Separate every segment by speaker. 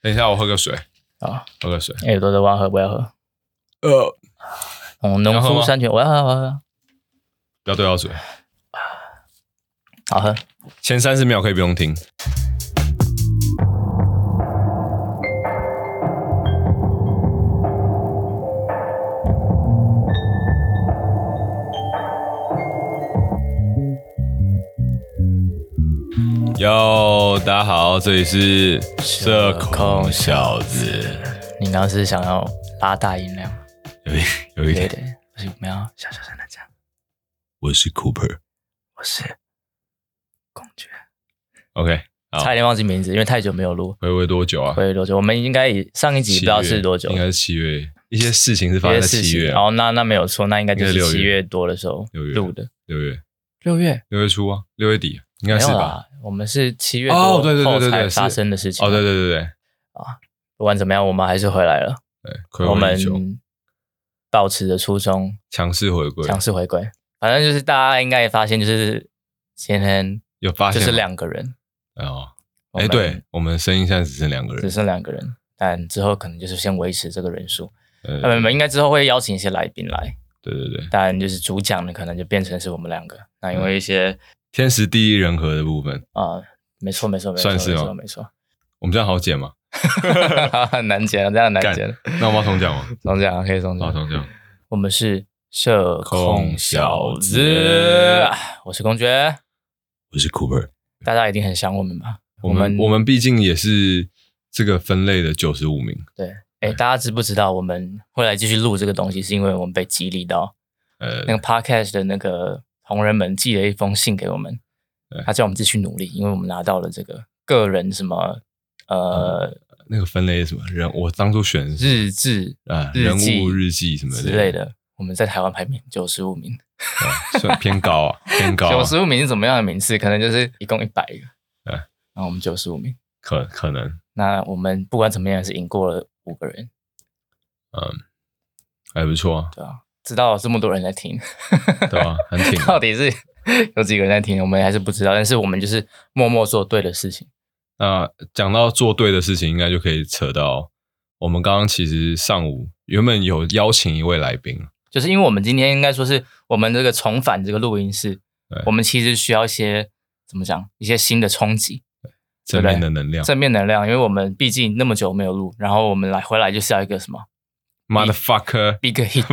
Speaker 1: 等一下，我喝个水，
Speaker 2: 啊，
Speaker 1: 喝个水。
Speaker 2: 哎、有多的我要喝，我要喝。
Speaker 1: 呃，
Speaker 2: 哦，农
Speaker 1: 你要喝
Speaker 2: 夫
Speaker 1: 吗
Speaker 2: 山泉，我要喝，我要喝，
Speaker 1: 不要对到嘴。
Speaker 2: 好喝。
Speaker 1: 前三十秒可以不用听。哟，大家好，这里是社恐小子，
Speaker 2: 你刚刚是想要拉大音量？
Speaker 1: 有一有一
Speaker 2: 对
Speaker 1: 点，
Speaker 2: 对，不是我们要小小声的讲，
Speaker 1: 我是 Cooper。
Speaker 2: 我是公爵，
Speaker 1: OK，好
Speaker 2: 差一点忘记名字，因为太久没有录，
Speaker 1: 回味多久啊？
Speaker 2: 回多久？我们应该以上一集
Speaker 1: 七
Speaker 2: 不知道
Speaker 1: 月
Speaker 2: 是多久
Speaker 1: 应，该是七月。一些事情是发
Speaker 2: 因
Speaker 1: 生
Speaker 2: 为
Speaker 1: 在
Speaker 2: 事
Speaker 1: 七
Speaker 2: 情
Speaker 1: 月啊、
Speaker 2: 哦，那那没有错，那应该就
Speaker 1: 应该
Speaker 2: 是
Speaker 1: 六月
Speaker 2: 七月多的时候
Speaker 1: 六月
Speaker 2: 录的。
Speaker 1: 六月，
Speaker 2: 六月
Speaker 1: 六月初啊，六月底应该
Speaker 2: 没
Speaker 1: 是
Speaker 2: 有
Speaker 1: 吧？
Speaker 2: 啦，我们是七月
Speaker 1: 哦
Speaker 2: 多
Speaker 1: 对对对
Speaker 2: 后
Speaker 1: 对对
Speaker 2: 才
Speaker 1: 是
Speaker 2: 发生的事情。啊
Speaker 1: 哦，对对对对
Speaker 2: 不管怎么样，我们还是回来了。
Speaker 1: 对，暌
Speaker 2: 我
Speaker 1: 违已久，
Speaker 2: 们保持着初衷，
Speaker 1: 强势回归，
Speaker 2: 强势回归。反正就是大家应该也发现，就是今天
Speaker 1: 有发
Speaker 2: 就
Speaker 1: 现
Speaker 2: 是
Speaker 1: 吗
Speaker 2: 两个人，
Speaker 1: 哦，
Speaker 2: 我
Speaker 1: 哎，
Speaker 2: 们
Speaker 1: 对，，我们的声音现在只剩两个
Speaker 2: 只
Speaker 1: 人，
Speaker 2: 剩两个人。但之后可能就是先维持这个人数，
Speaker 1: 呃
Speaker 2: 那我们应该之后会邀请一些来宾来，
Speaker 1: 对对对，
Speaker 2: 但就是主讲的可能就变成是我们两个。那因为一些
Speaker 1: 天时地利人和的部分，
Speaker 2: 啊、没错没错没错，
Speaker 1: 嗯算是哦
Speaker 2: 没
Speaker 1: 吗
Speaker 2: 错没错，
Speaker 1: 我们这样好剪吗？
Speaker 2: 很 难剪了，这样很难
Speaker 1: 干
Speaker 2: 剪了。
Speaker 1: 那我们要重讲吗？
Speaker 2: 总讲啊可以总
Speaker 1: 好，
Speaker 2: 讲，
Speaker 1: 重讲。
Speaker 2: 我们是社
Speaker 1: 控
Speaker 2: 控
Speaker 1: 小
Speaker 2: 小
Speaker 1: 子
Speaker 2: 子，啊我是公爵，
Speaker 1: 我是 Cooper，
Speaker 2: 大家一定很想我们吧？
Speaker 1: 我们我们毕竟也是这个分类的九十五名，
Speaker 2: 对，哎，大家知不知道我们会来继续录这个东西，是因为我们被激励到
Speaker 1: 呃
Speaker 2: 那，个 podcast 的那个同仁们寄了一封信给我们
Speaker 1: 对，
Speaker 2: 他叫我们继续努力，因为我们拿到了这个个人什么呃
Speaker 1: 那个分类是什么人？我当初选的是
Speaker 2: 日志
Speaker 1: 啊，
Speaker 2: 日
Speaker 1: 人
Speaker 2: 记
Speaker 1: 物日记什么
Speaker 2: 之类，的，我们在台湾排名九十五名，
Speaker 1: 呃算偏高啊，偏高啊，
Speaker 2: 九十五名是怎么样的名次？可能就是一共一百个，
Speaker 1: 对
Speaker 2: 然后我们九十五名，
Speaker 1: 可可能，
Speaker 2: 那我们不管怎么样也是赢过了五个人，
Speaker 1: 嗯，还不错啊，
Speaker 2: 对吧？知道这么多人在听，
Speaker 1: 对 吧？很挺啊。
Speaker 2: 到底是有几个人在听，我们还是不知道。但是我们就是默默做对的事情。
Speaker 1: 那讲到做对的事情，应该就可以扯到我们刚刚其实上午原本有邀请一位来宾，
Speaker 2: 就是因为我们今天应该说是我们这个重返这个录音室
Speaker 1: 对，
Speaker 2: 我们其实需要一些怎么讲，一些新的冲击、
Speaker 1: 正
Speaker 2: 对
Speaker 1: 面的能量
Speaker 2: 正面能量。因为我们毕竟那么久没有录，然后我们来回来就是要一个什么
Speaker 1: ，motherfucker。
Speaker 2: big hit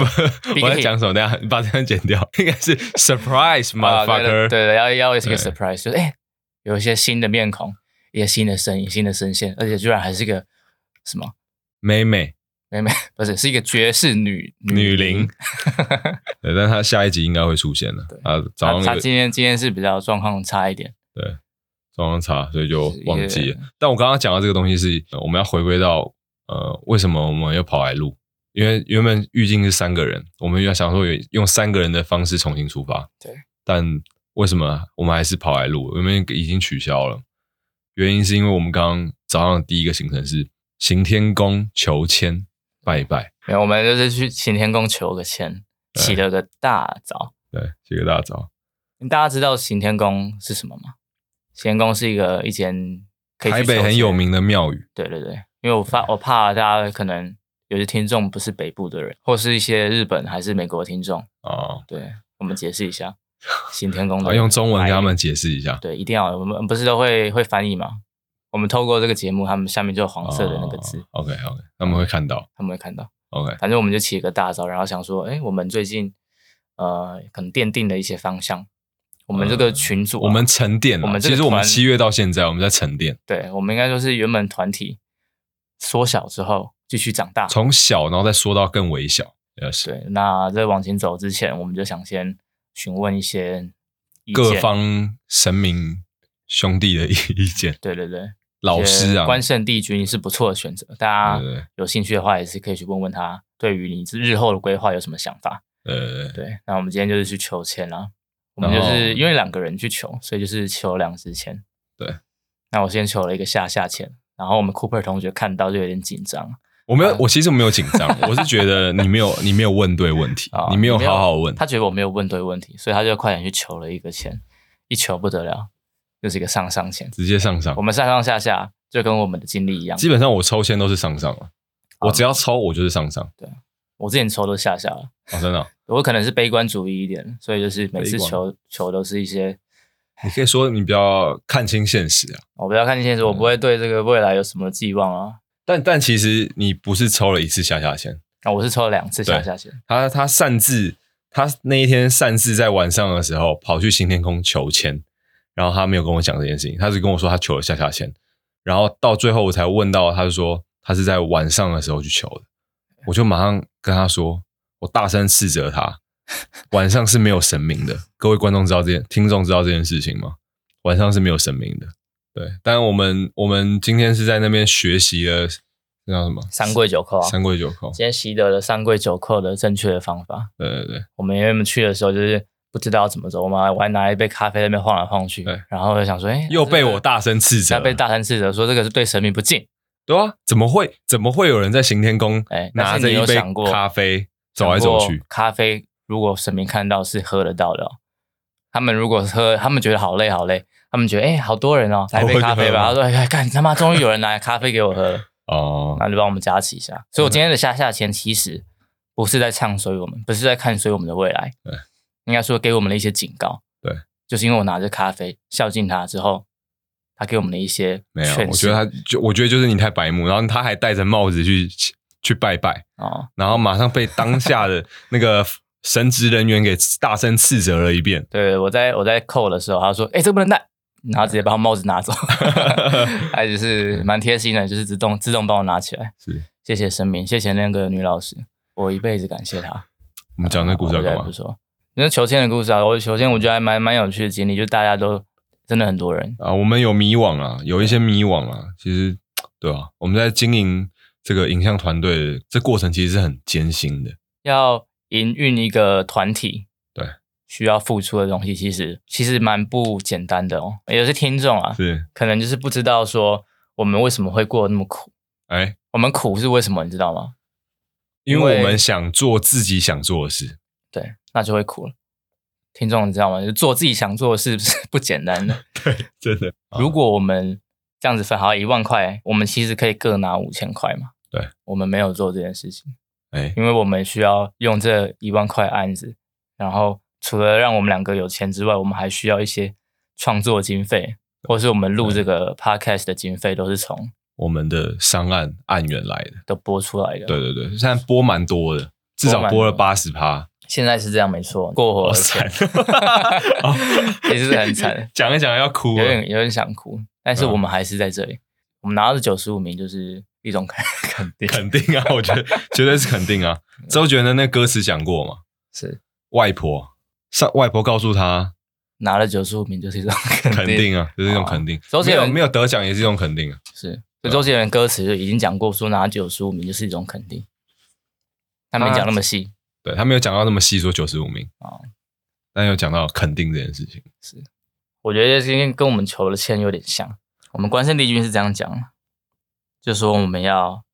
Speaker 1: 我在讲什么？等一下你 把这段剪掉，应该是 surprise
Speaker 2: 啊对的
Speaker 1: motherfucker。
Speaker 2: 对的，要要一个
Speaker 1: 对
Speaker 2: surprise，就是哎、有一些新的面孔，一些新的声音、新的声线，而且居然还是一个什么？
Speaker 1: 妹妹
Speaker 2: 没没，不是，是一个爵士女
Speaker 1: 女伶， 对，但她下一集应该会出现的
Speaker 2: 对。
Speaker 1: 啊，
Speaker 2: 他
Speaker 1: 早
Speaker 2: 他
Speaker 1: 上有
Speaker 2: 今天今天是比较状况差一点，
Speaker 1: 对早上查，所以就忘记了
Speaker 2: 是。
Speaker 1: 但我刚刚讲到这个东西是，呃我们要回归到呃，为什么我们又跑来录？因为原本预定是三个人，我们要想说有用三个人的方式重新出发。
Speaker 2: 对，
Speaker 1: 但为什么我们还是跑来录？因为已经取消了。原因是因为我们刚刚早上的第一个行程是行天宫求签拜一拜，
Speaker 2: 没有，我们就是去行天宫求个签，
Speaker 1: 对
Speaker 2: 起了个大早。
Speaker 1: 对，洗个大澡，
Speaker 2: 大家知道行天宫是什么吗？行天宫是一个一间可以去
Speaker 1: 台北
Speaker 2: 求
Speaker 1: 很
Speaker 2: 签
Speaker 1: 有，名的庙宇，
Speaker 2: 对对对，因为我怕我怕大家可能有些听众不是北部的人，或是一些日本还是美国听众，
Speaker 1: 啊、
Speaker 2: 对我们解释 一下行天宫
Speaker 1: 然后
Speaker 2: 的，
Speaker 1: 用中文跟他们解释一下。
Speaker 2: 对，一定要我们不是都会会翻译吗？我们透过这个节目，他们下面就有黄色的那个字，
Speaker 1: OK OK，他们会看到。
Speaker 2: 他们会看到。
Speaker 1: OK，
Speaker 2: 反正我们就起了个大招，然后想说，哎，我们最近呃，可能奠定了一些方向。我们这个群组啊、
Speaker 1: 嗯我们沉淀了。
Speaker 2: 我们这
Speaker 1: 其
Speaker 2: 个
Speaker 1: 实我们
Speaker 2: 团
Speaker 1: 七月到现在，我们在沉淀，
Speaker 2: 对，我们应该就是原本团体缩小之后继续长大。
Speaker 1: 从小然后再说到更微小，也是
Speaker 2: 对，那在往前走之前，我们就想先询问一些意
Speaker 1: 各
Speaker 2: 见。
Speaker 1: 方神明兄弟的意意见，
Speaker 2: 对对对，
Speaker 1: 老师啊，
Speaker 2: 关啊圣帝君是不错的选择，大
Speaker 1: 对对对
Speaker 2: 家有兴趣的话也是可以去问问他，对于你日后的规划有什么想法。
Speaker 1: 呃，
Speaker 2: 对，那我们今天就是去求签啦。我们
Speaker 1: 然
Speaker 2: 就
Speaker 1: 后
Speaker 2: 是因为两个人去求，所以就是求两支签。
Speaker 1: 对，
Speaker 2: 那我先求了一个下下签，然后我们 Cooper 同学看到就有点紧张
Speaker 1: 我
Speaker 2: 啊
Speaker 1: 没有，我其实没有紧 张，我是觉得你没有，你没有问对问题
Speaker 2: 啊，，
Speaker 1: 你没有好好问，
Speaker 2: 他觉得我没有问对问题，所以他就快点去求了一个签，一求不得了，又是一个上上签。
Speaker 1: 直接上上
Speaker 2: 我。们上上下下就跟我们的经历一样，
Speaker 1: 基本上我抽签都是上上了，
Speaker 2: 好
Speaker 1: 我只要抽我就是上上。
Speaker 2: 我之前抽都下下了。
Speaker 1: 哦，真的 哦、
Speaker 2: 我可能是悲观主义一点，所以就是每次
Speaker 1: 悲观
Speaker 2: 球球都是一些
Speaker 1: 你可以说你比较看清现实啊。
Speaker 2: 我不要看现实，我不会对这个未来有什么寄望啊。
Speaker 1: 但但其实你不是抽了一次下下签，
Speaker 2: 啊，我是抽了两次下
Speaker 1: 对
Speaker 2: 下线，
Speaker 1: 他他擅自他那一天擅自在晚上的时候跑去新天空求签，然后他没有跟我讲这件事情，他只跟我说他求了下下签，然后到最后我才问到，他就说他是在晚上的时候去求的，我就马上跟他说，我大声斥责他，晚上是没有神明的，各位观众知道这件听众知道这件事情吗？晚上是没有神明的，对，当然我们我们今天是在那边学习了，那叫什么？
Speaker 2: 三跪九叩啊。
Speaker 1: 三跪九叩，
Speaker 2: 今天习得了三跪九叩的正确的方法。
Speaker 1: 对对对。
Speaker 2: 我们原本去的时候就是不知道怎么走，我们还我还拿一杯咖啡在那边晃来晃去
Speaker 1: 对，
Speaker 2: 然后就想说，哎、
Speaker 1: 又被
Speaker 2: 这个
Speaker 1: 我大声斥责
Speaker 2: 他
Speaker 1: 了，
Speaker 2: 被大神斥责说这个是对神明不敬。
Speaker 1: 对啊，怎么会怎么会有人在行天宫
Speaker 2: 哎
Speaker 1: 拿
Speaker 2: 但是
Speaker 1: 着
Speaker 2: 你
Speaker 1: 一
Speaker 2: 有
Speaker 1: 杯
Speaker 2: 想过
Speaker 1: 咖啡走来走
Speaker 2: 想
Speaker 1: 去
Speaker 2: 过？咖啡如果神明看到是喝得到的、哦，他们如果喝，他们觉得好累好累，他们觉得哎、好多人哦，来
Speaker 1: 我
Speaker 2: 杯
Speaker 1: 会
Speaker 2: 咖啡
Speaker 1: 喝吗
Speaker 2: 吧。他说哎干你他妈终于有人拿咖啡给我喝了，
Speaker 1: 哦
Speaker 2: 然后就帮我们加持一下。所以我今天的
Speaker 1: 嗯
Speaker 2: 下下前其实不是在唱衰我们，不是在看衰我们的未来，
Speaker 1: 对，
Speaker 2: 应该说给我们的一些警告，
Speaker 1: 对，
Speaker 2: 就是因为我拿着咖啡孝敬他之后，他给我们的一些
Speaker 1: 没有，
Speaker 2: 劝
Speaker 1: 我觉得
Speaker 2: 示
Speaker 1: 他就我觉得就是你太白目，然后他还戴着帽子去去拜拜，
Speaker 2: 哦，
Speaker 1: 然后马上被当下 的那个神职人员给大声斥责了一遍。
Speaker 2: 对，我在我在扣的时候，他说：“哎、这不能戴。”然后直接把我帽子拿走， 还就是蛮贴心的，就是自动自动帮我拿起来。
Speaker 1: 是
Speaker 2: 谢谢神明，谢谢那个女老师，我一辈子感谢她。
Speaker 1: 我们讲这故事要
Speaker 2: 啊我觉
Speaker 1: 干
Speaker 2: 得还
Speaker 1: 嘛
Speaker 2: 不？错。那求签的故事啊，我求签我觉得还蛮蛮有趣的经历，就大家都真的很多人，
Speaker 1: 啊，我们有迷惘啊，有一些迷惘啊，其实对啊，我们在经营这个影像团队的这过程其实是很艰辛的。
Speaker 2: 要营运一个团体，
Speaker 1: 对，
Speaker 2: 需要付出的东西，其实其实蛮不简单的哦。有些听众啊，
Speaker 1: 是，
Speaker 2: 可能就是不知道说我们为什么会过得那么苦，
Speaker 1: 哎，
Speaker 2: 我们苦是为什么，你知道吗？
Speaker 1: 因
Speaker 2: 因为
Speaker 1: 为我们想做自己想做的事，
Speaker 2: 对，那就会苦了。听众，你知道吗？就做自己想做的事 是不简单的。
Speaker 1: 真的。
Speaker 2: 如果我们这样子分好一万块，我们其实可以各拿五千块嘛。
Speaker 1: 对，
Speaker 2: 我们没有做这件事情，
Speaker 1: 哎，
Speaker 2: 因为我们需要用这一万块案子，然后除了让我们两个有钱之外，我们还需要一些创作经费，或是我们录这个 podcast 的经费都是从
Speaker 1: 我们的商案案源来的。
Speaker 2: 都播出来的。
Speaker 1: 对，对对，现在播蛮多的，至少播了八十趴，
Speaker 2: 现在是这样没错，过火
Speaker 1: 好
Speaker 2: 了
Speaker 1: 惨哦
Speaker 2: 钱， 也是很惨。
Speaker 1: 讲一讲要哭啊
Speaker 2: 有
Speaker 1: 了。
Speaker 2: 点有点想哭，但
Speaker 1: 嗯
Speaker 2: 是我们还是在这里。我们拿到九十五名，就是一种肯肯定，
Speaker 1: 肯定啊， 我觉得绝对是肯定啊。周杰伦的那歌词讲过嘛，
Speaker 2: 是
Speaker 1: 外婆上外婆告诉他，
Speaker 2: 拿了九十五名就是一种肯
Speaker 1: 肯
Speaker 2: 定。
Speaker 1: 定啊，就是一种
Speaker 2: 好啊
Speaker 1: 肯定。
Speaker 2: 周杰
Speaker 1: 没有
Speaker 2: 伦
Speaker 1: 没有得奖也是一种肯定啊。
Speaker 2: 是，所以周杰伦歌词就已经讲过，说拿九十五名就是一种肯定。他没讲那么细，
Speaker 1: 对他没有讲到那么细，说九十五名
Speaker 2: 哦
Speaker 1: 但有讲到肯定这件事情。
Speaker 2: 我觉得今天跟我们求的签有点像。我们关圣帝君是这样讲的，就说我们要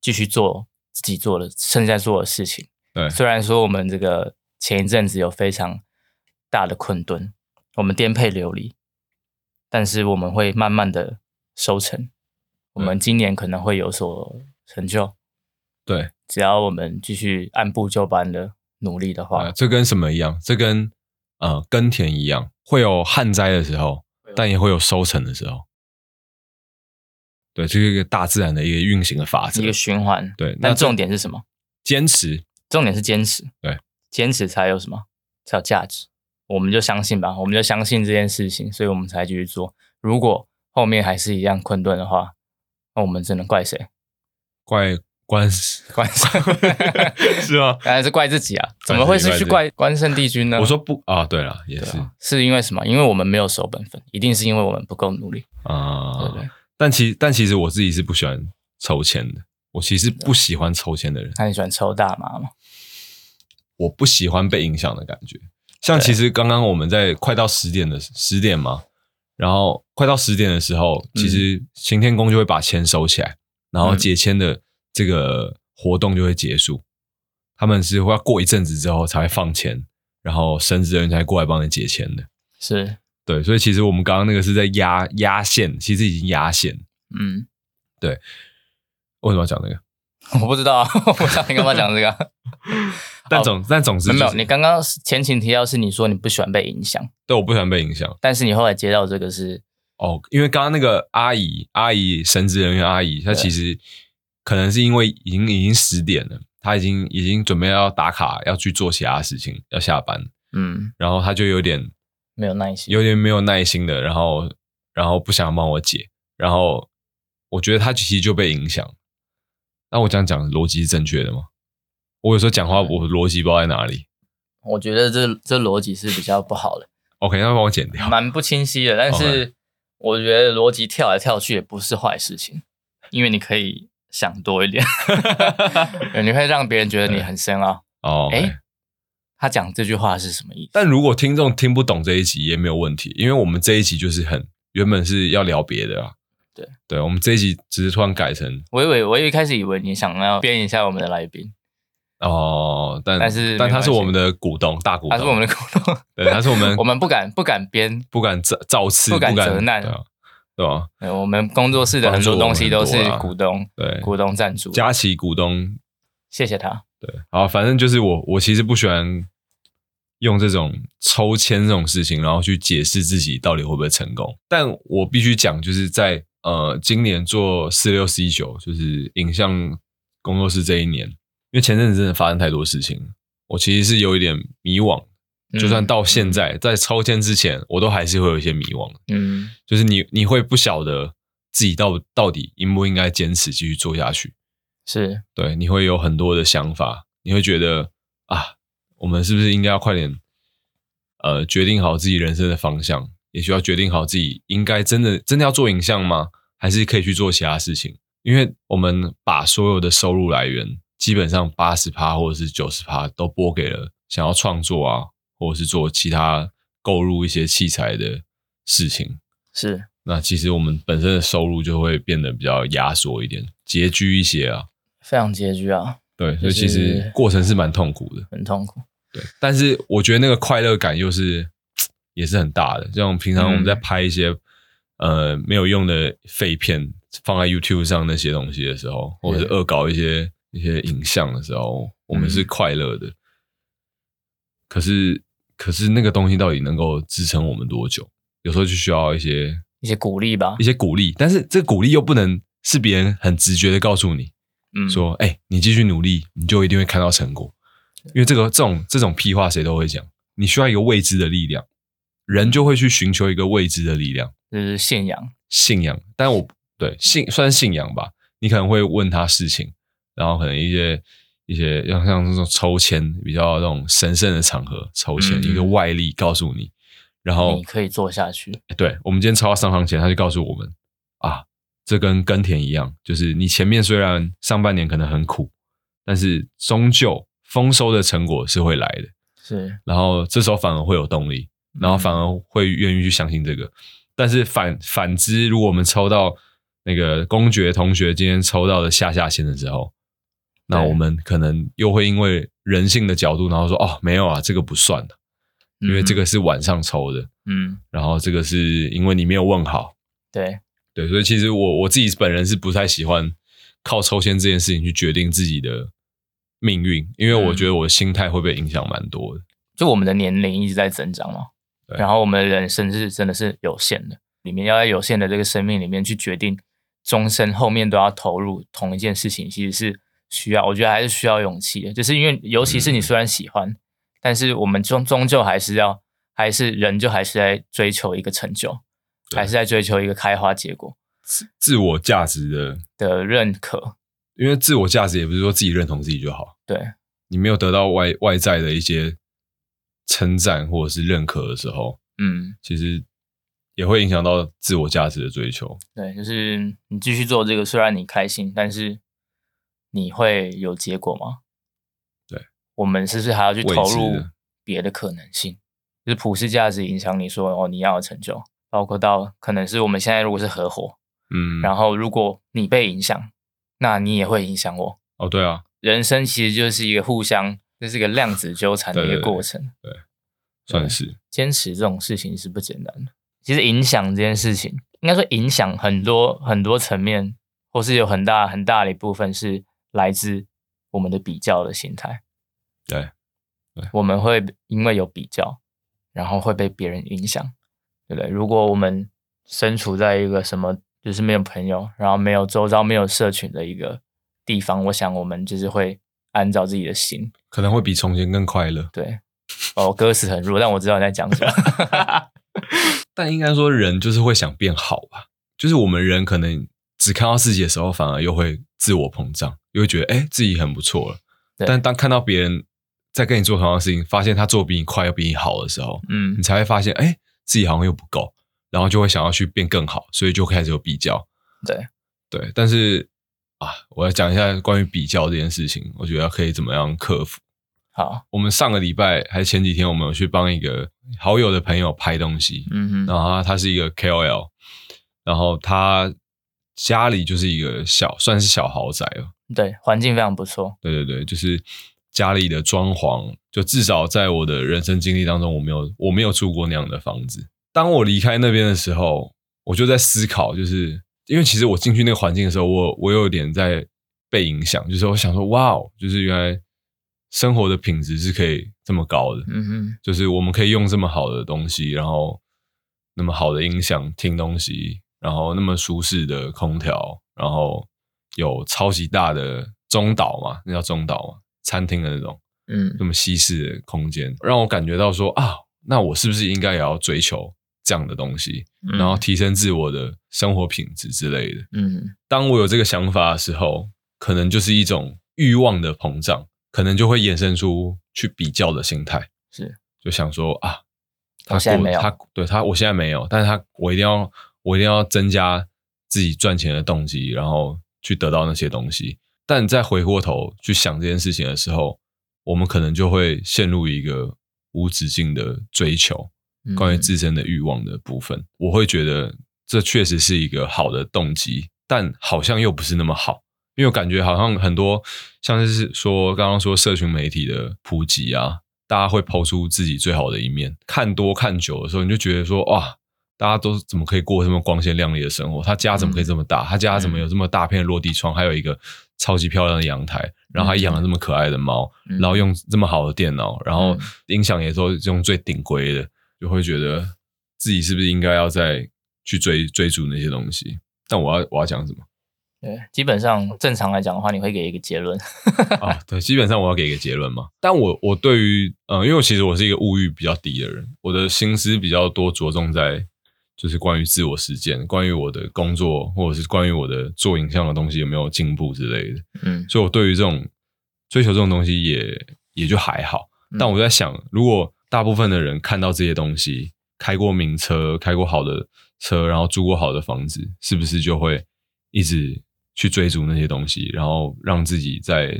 Speaker 2: 继续做自己做的现在做的事情。
Speaker 1: 对
Speaker 2: 虽然说我们这个前一阵子有非常大的困顿，我们颠沛流离，但是我们会慢慢的收成，我们今年可能会有所成就。
Speaker 1: 对，
Speaker 2: 只要我们继续按部就班的努力的话
Speaker 1: 啊，，这跟什么一样？这跟呃耕田一样，会有旱灾的时候，但也会有收成的时候。对，这是一个大自然的一个运行的法则
Speaker 2: 一。个循环。
Speaker 1: 对，那
Speaker 2: 但
Speaker 1: 这
Speaker 2: 重点是什么？
Speaker 1: 坚持，
Speaker 2: 重点是坚持，
Speaker 1: 对，
Speaker 2: 坚持才有什么？才有价值。我们就相信吧，我们就相信这件事情，所以我们才继续做。如果后面还是一样困顿的话，那我们只能怪谁？
Speaker 1: 怪 关
Speaker 2: 怪谁？
Speaker 1: 是吗？
Speaker 2: 当然是怪自己啊！怎么会是去怪关圣帝君 呢？
Speaker 1: 我说不啊，对了，也
Speaker 2: 对
Speaker 1: 是
Speaker 2: 啊是因为什么？因为我们没有守本分，一定是因为我们不够努力，对
Speaker 1: 啊
Speaker 2: 不。对？
Speaker 1: 但其但其实我自己是不喜欢抽签的，我其实不喜欢抽签的人。
Speaker 2: 那你喜欢抽大麻吗？
Speaker 1: 我不喜欢被影响的感觉。像其实刚刚我们在快到十点的十点嘛，然后快到十点的时候，其
Speaker 2: 嗯
Speaker 1: 实行天宫就会把签收起来，然后解签的这个活动就会结束。他们是会要过一阵子之后才会放签，然后神职人员才过来帮你解签的。
Speaker 2: 是
Speaker 1: 对，所以其实我们刚刚那个是在压压线，其实已经压线。
Speaker 2: 嗯，
Speaker 1: 为什么要讲这个？
Speaker 2: 我不知道啊，我不知道你干嘛讲 这个。啊
Speaker 1: 但总、但总之、就
Speaker 2: 没
Speaker 1: 是、
Speaker 2: 有，你刚刚是前情提要是你说你不喜欢被影响，
Speaker 1: 对我不喜欢被影响
Speaker 2: 但是你后来接到这个是
Speaker 1: 哦，因为刚刚那个阿姨阿姨神职人员阿姨，她
Speaker 2: 对
Speaker 1: 其实可能是因为已经已经十点了，她已经已经准备要打卡要去做其他事情，要下班，
Speaker 2: 嗯
Speaker 1: 然后她就有点
Speaker 2: 没有耐心，
Speaker 1: 有点没有耐心的，然后然后不想帮我解，然后我觉得他其实就被影响。那我这样讲逻辑是正确的吗？我有时候讲话我逻辑不知道在哪里。
Speaker 2: 我觉得这这逻辑是比较不好的，
Speaker 1: OK，那帮我剪 掉。
Speaker 2: 蛮不清晰的。但是我觉得逻辑跳来跳去也不是坏事情，因为你可以想多 一点， 对你会让别人觉得你很深奥。
Speaker 1: 哦，
Speaker 2: 哎、他讲这句话是什么意思？
Speaker 1: 但如果听众听不懂这一集也没有问题，因为我们这一集就是很原本是要聊别的啊。
Speaker 2: 对，
Speaker 1: 对我们这一集只是突然改成
Speaker 2: 我以为我一开始以为你想要编一下我们的来宾，
Speaker 1: 哦，但
Speaker 2: 但是
Speaker 1: 但他是
Speaker 2: 没关系
Speaker 1: 我们的股东，大股
Speaker 2: 他
Speaker 1: 东，
Speaker 2: 是我们的股东，
Speaker 1: 对，他是我们
Speaker 2: 我们不敢不敢编，
Speaker 1: 不敢造造次，
Speaker 2: 不敢
Speaker 1: 不敢
Speaker 2: 责难
Speaker 1: 对啊对吧？
Speaker 2: 呃我们工作室的很多东西都
Speaker 1: 帮
Speaker 2: 是
Speaker 1: 助我们很多啊
Speaker 2: 股东
Speaker 1: 对，
Speaker 2: 股东赞助，
Speaker 1: 佳琪股东，
Speaker 2: 谢谢他。
Speaker 1: 对，好，反正就是我，我其实不喜欢用这种抽签这种事情，然后去解释自己到底会不会成功。但我必须讲，就是在呃今年做四六四一九，就是影像工作室这一年，因为前阵子真的发生太多事情了，我其实是有一点迷惘。
Speaker 2: 嗯
Speaker 1: 就算到现在，在抽签之前，我都还是会有一些迷惘。
Speaker 2: 嗯，
Speaker 1: 就是你你会不晓得自己到到底应不应该坚持继续做下去。
Speaker 2: 是
Speaker 1: 对，你会有很多的想法，你会觉得啊，我们是不是应该要快点，呃，决定好自己人生的方向，也需要决定好自己应该真的真的要做影像吗？还是可以去做其他事情？因为我们把所有的收入来源，基本上八十趴或者是九十趴都拨给了想要创作啊，或者是做其他购入一些器材的事情。
Speaker 2: 是，
Speaker 1: 那其实我们本身的收入就会变得比较压缩一点，拮据一些啊。
Speaker 2: 非常拮据啊，
Speaker 1: 对，所
Speaker 2: 就
Speaker 1: 以其实
Speaker 2: 是
Speaker 1: 过程是蛮痛苦的。
Speaker 2: 很痛苦。
Speaker 1: 对，但是我觉得那个快乐感又是也是很大的。像平常我们在
Speaker 2: 嗯
Speaker 1: 拍一些、呃没有用的废片放在 YouTube 上那些东西的时候，或者是恶搞一些一些影像的时候，我们
Speaker 2: 嗯
Speaker 1: 是快乐的。可是，可是那个东西到底能够支撑我们多久？有时候就需要一些
Speaker 2: 一些鼓励吧
Speaker 1: 一，些鼓励，但是这个鼓励又不能是别人很直觉的告诉你，
Speaker 2: 嗯，
Speaker 1: 说：“哎、你继续努力，你就一定会看到成果。”因为这个这种这种屁话谁都会讲，你需要一个未知的力量，人就会去寻求一个未知的力量，
Speaker 2: 就是信仰，
Speaker 1: 信仰。但我对信算是信仰吧，你可能会问他事情，然后可能一些一些像像这种抽签比较那种神圣的场合抽签，
Speaker 2: 嗯
Speaker 1: 一个外力告诉你，然后
Speaker 2: 你可以做下去。
Speaker 1: 对我们今天抽到上行前，他就告诉我们啊，这跟耕田一样，就是你前面虽然上半年可能很苦，但是终究丰收的成果是会来的。
Speaker 2: 是，
Speaker 1: 然后这时候反而会有动力，然后反而会愿意去相信这个。但是反反之，如果我们抽到那个公爵同学今天抽到的下下线的时候，那
Speaker 2: 对
Speaker 1: 我们可能又会因为人性的角度，然后说哦，没有啊，这个不算的，因为这个是晚上抽的。
Speaker 2: 嗯，
Speaker 1: 然后这个是因为你没有问好，
Speaker 2: 对，
Speaker 1: 对，所以其实我我自己本人是不太喜欢靠抽签这件事情去决定自己的命运，因为我
Speaker 2: 嗯
Speaker 1: 觉得我的心态会被影响蛮多的。
Speaker 2: 就我们的年龄一直在增长嘛，
Speaker 1: 对
Speaker 2: 然后我们的人生是真的是有限的，里面要在有限的这个生命里面去决定终身后面都要投入同一件事情，其实是需要，我觉得还是需要勇气的，就是因为尤其是你虽然喜欢，
Speaker 1: 嗯
Speaker 2: 但是我们终终究还是要，还是人就还是在追求一个成就，
Speaker 1: 对
Speaker 2: 还是在追求一个开花结果
Speaker 1: 自自我价值的，
Speaker 2: 的认可，
Speaker 1: 因为自我价值也不是说自己认同自己就好，
Speaker 2: 对，
Speaker 1: 你没有得到外外在的一些称赞或者是认可的时候，
Speaker 2: 嗯。
Speaker 1: 其实也会影响到自我价值的追求。
Speaker 2: 对，就是你继续做这个，虽然你开心，但是你会有结果吗？
Speaker 1: 对，
Speaker 2: 我们是不是还要去
Speaker 1: 未
Speaker 2: 投
Speaker 1: 知
Speaker 2: 入
Speaker 1: 的
Speaker 2: 别的可能性？就是普世价值影响你说哦，你要有成就，包括到可能是我们现在如果是合伙，
Speaker 1: 嗯，
Speaker 2: 然后如果你被影响，那你也会影响我。
Speaker 1: 哦，对啊，
Speaker 2: 人生其实就是一个互相，这是一个量子纠缠的一
Speaker 1: 对
Speaker 2: 个
Speaker 1: 对对
Speaker 2: 过程。
Speaker 1: 算是
Speaker 2: 坚持这种事情是不简单的。其实影响这件事情，应该说影响很多很多层面，或是有很大很大的一部分是来自我们的比较的心态。
Speaker 1: 对，
Speaker 2: 我们会因为有比较，然后会被别人影响，对不对？如果我们身处在一个什么就是没有朋友，然后没有周遭没有社群的一个地方，我想我们就是会按照自己的心
Speaker 1: 可能会比从前更快乐。
Speaker 2: 对，哦，歌词很弱，但我知道你在讲什么。
Speaker 1: 但应该说，人就是会想变好吧。就是我们人可能只看到自己的时候，反而又会自我膨胀，又会觉得哎、诶自己很不错了。
Speaker 2: 对
Speaker 1: 但当看到别人在跟你做同样的事情，发现他做得比你快又比你好的时候，
Speaker 2: 嗯
Speaker 1: 你，才会发现哎、诶自己好像又不够，然后就会想要去变更好，所以就开始有比较。
Speaker 2: 对
Speaker 1: 对，但是啊，我要讲一下关于比较这件事情，我觉得可以怎么样克服。
Speaker 2: 好，
Speaker 1: 我们上个礼拜还是前几天，我们有去帮一个好友的朋友拍东西，
Speaker 2: 嗯哼，
Speaker 1: 然后他他是一个 KOL，然后他家里就是一个小算是小豪宅哦，
Speaker 2: 对，环境非常不错，
Speaker 1: 对对对，就是家里的装潢，就至少在我的人生经历当中，我没有我没有住过那样的房子。当我离开那边的时候，我就在思考，就是因为其实我进去那个环境的时候，我我有点在被影响，就是我想说，哇哦，就是原来生活的品质是可以这么高的，
Speaker 2: 嗯哼，
Speaker 1: 就是我们可以用这么好的东西，然后那么好的音响听东西，然后那么舒适的空调，然后有超级大的中岛嘛，那叫中岛嘛，餐厅的那种
Speaker 2: 嗯
Speaker 1: 那么西式的空间，让我感觉到说啊，那我是不是应该也要追求这样的东西，
Speaker 2: 嗯，
Speaker 1: 然后提升自我的生活品质之类的？
Speaker 2: 嗯
Speaker 1: 当我有这个想法的时候，可能就是一种欲望的膨胀，可能就会衍生出去比较的心态，
Speaker 2: 是
Speaker 1: 就想说啊，他
Speaker 2: 我现在
Speaker 1: 过
Speaker 2: 没有
Speaker 1: 他对他我现在没有，但是他我一定要我一定要增加自己赚钱的动机，然后去得到那些东西。但再回过头去想这件事情的时候，我们可能就会陷入一个无止境的追求，
Speaker 2: 嗯
Speaker 1: 关于自身的欲望的部分，我会觉得这确实是一个好的动机，但好像又不是那么好，因为我感觉好像很多像是说刚刚说社群媒体的普及啊，大家会抛出自己最好的一面，看多看久的时候，你就觉得说哇。大家都怎么可以过这么光鲜亮丽的生活？他家怎么可以这么大？他家怎么有这么大片的落地窗？还有一个超级漂亮的阳台，然后还养了这么可爱的猫，
Speaker 2: 嗯
Speaker 1: 然后用这么好的电脑，然后
Speaker 2: 嗯
Speaker 1: 音响也都是用最顶规的，就会觉得自己是不是应该要再去追追逐那些东西？但我要我要讲什么
Speaker 2: 对，基本上正常来讲的话，你会给一个结论，
Speaker 1: 啊？对，基本上我要给一个结论嘛。但我我对于嗯、呃，因为其实我是一个物欲比较低的人，我的心思比较多着重在就是关于自我实践，关于我的工作，或者是关于我的做影像的东西有没有进步之类的。
Speaker 2: 嗯，
Speaker 1: 所以我对于这种追求这种东西也也就还好。
Speaker 2: 嗯
Speaker 1: 但我在想，如果大部分的人看到这些东西，开过名车，开过好的车，然后住过好的房子，是不是就会一直去追逐那些东西，然后让自己在